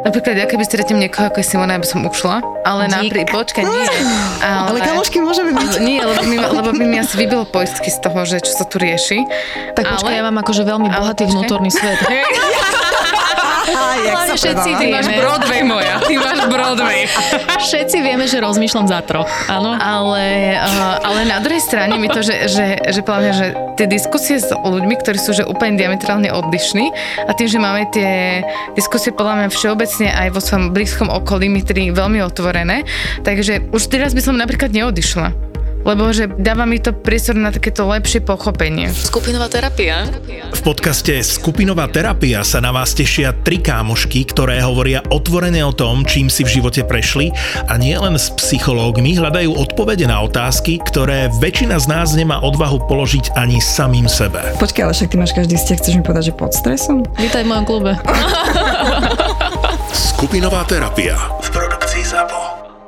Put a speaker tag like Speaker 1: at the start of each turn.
Speaker 1: Napríklad, ja keby stretnem niekoho ako je Simona, ja by som ušla, ale
Speaker 2: Dík.
Speaker 1: napríklad, počkaj, nie.
Speaker 3: Ale kamošky môžeme byť.
Speaker 1: Ale Nie, lebo by, ma- lebo by mi asi vybilo poistky z toho, že čo sa tu rieši.
Speaker 2: Tak
Speaker 1: Ale-
Speaker 2: počkaj, ja mám akože veľmi
Speaker 1: ale
Speaker 2: bohatý
Speaker 1: počkaj.
Speaker 2: vnútorný svet.
Speaker 3: Á, jak
Speaker 2: Hlavne
Speaker 3: sa
Speaker 2: všetci
Speaker 3: predáva.
Speaker 1: Ty máš
Speaker 2: vieme.
Speaker 1: Broadway moja, ty máš Broadway.
Speaker 2: Všetci vieme, že rozmýšľam za troch, áno?
Speaker 1: Ale, uh, ale na druhej strane mi to, že, že, že podľa mňa, že tie diskusie s ľuďmi, ktorí sú že úplne diametrálne odlišní a tým, že máme tie diskusie podľa mňa všeobecne aj vo svojom blízkom okolí, my tri veľmi otvorené, takže už teraz by som napríklad neodišla. Lebo že dáva mi to priestor na takéto lepšie pochopenie.
Speaker 2: Skupinová terapia.
Speaker 4: V podcaste Skupinová terapia sa na vás tešia tri kámošky, ktoré hovoria otvorene o tom, čím si v živote prešli a nielen s psychológmi hľadajú odpovede na otázky, ktoré väčšina z nás nemá odvahu položiť ani samým sebe.
Speaker 3: Počkaj, ale však ty máš každý stiek, chceš mi povedať, že pod stresom?
Speaker 2: Vítaj v mojom klube.
Speaker 4: Skupinová terapia v produkcii ZAPO.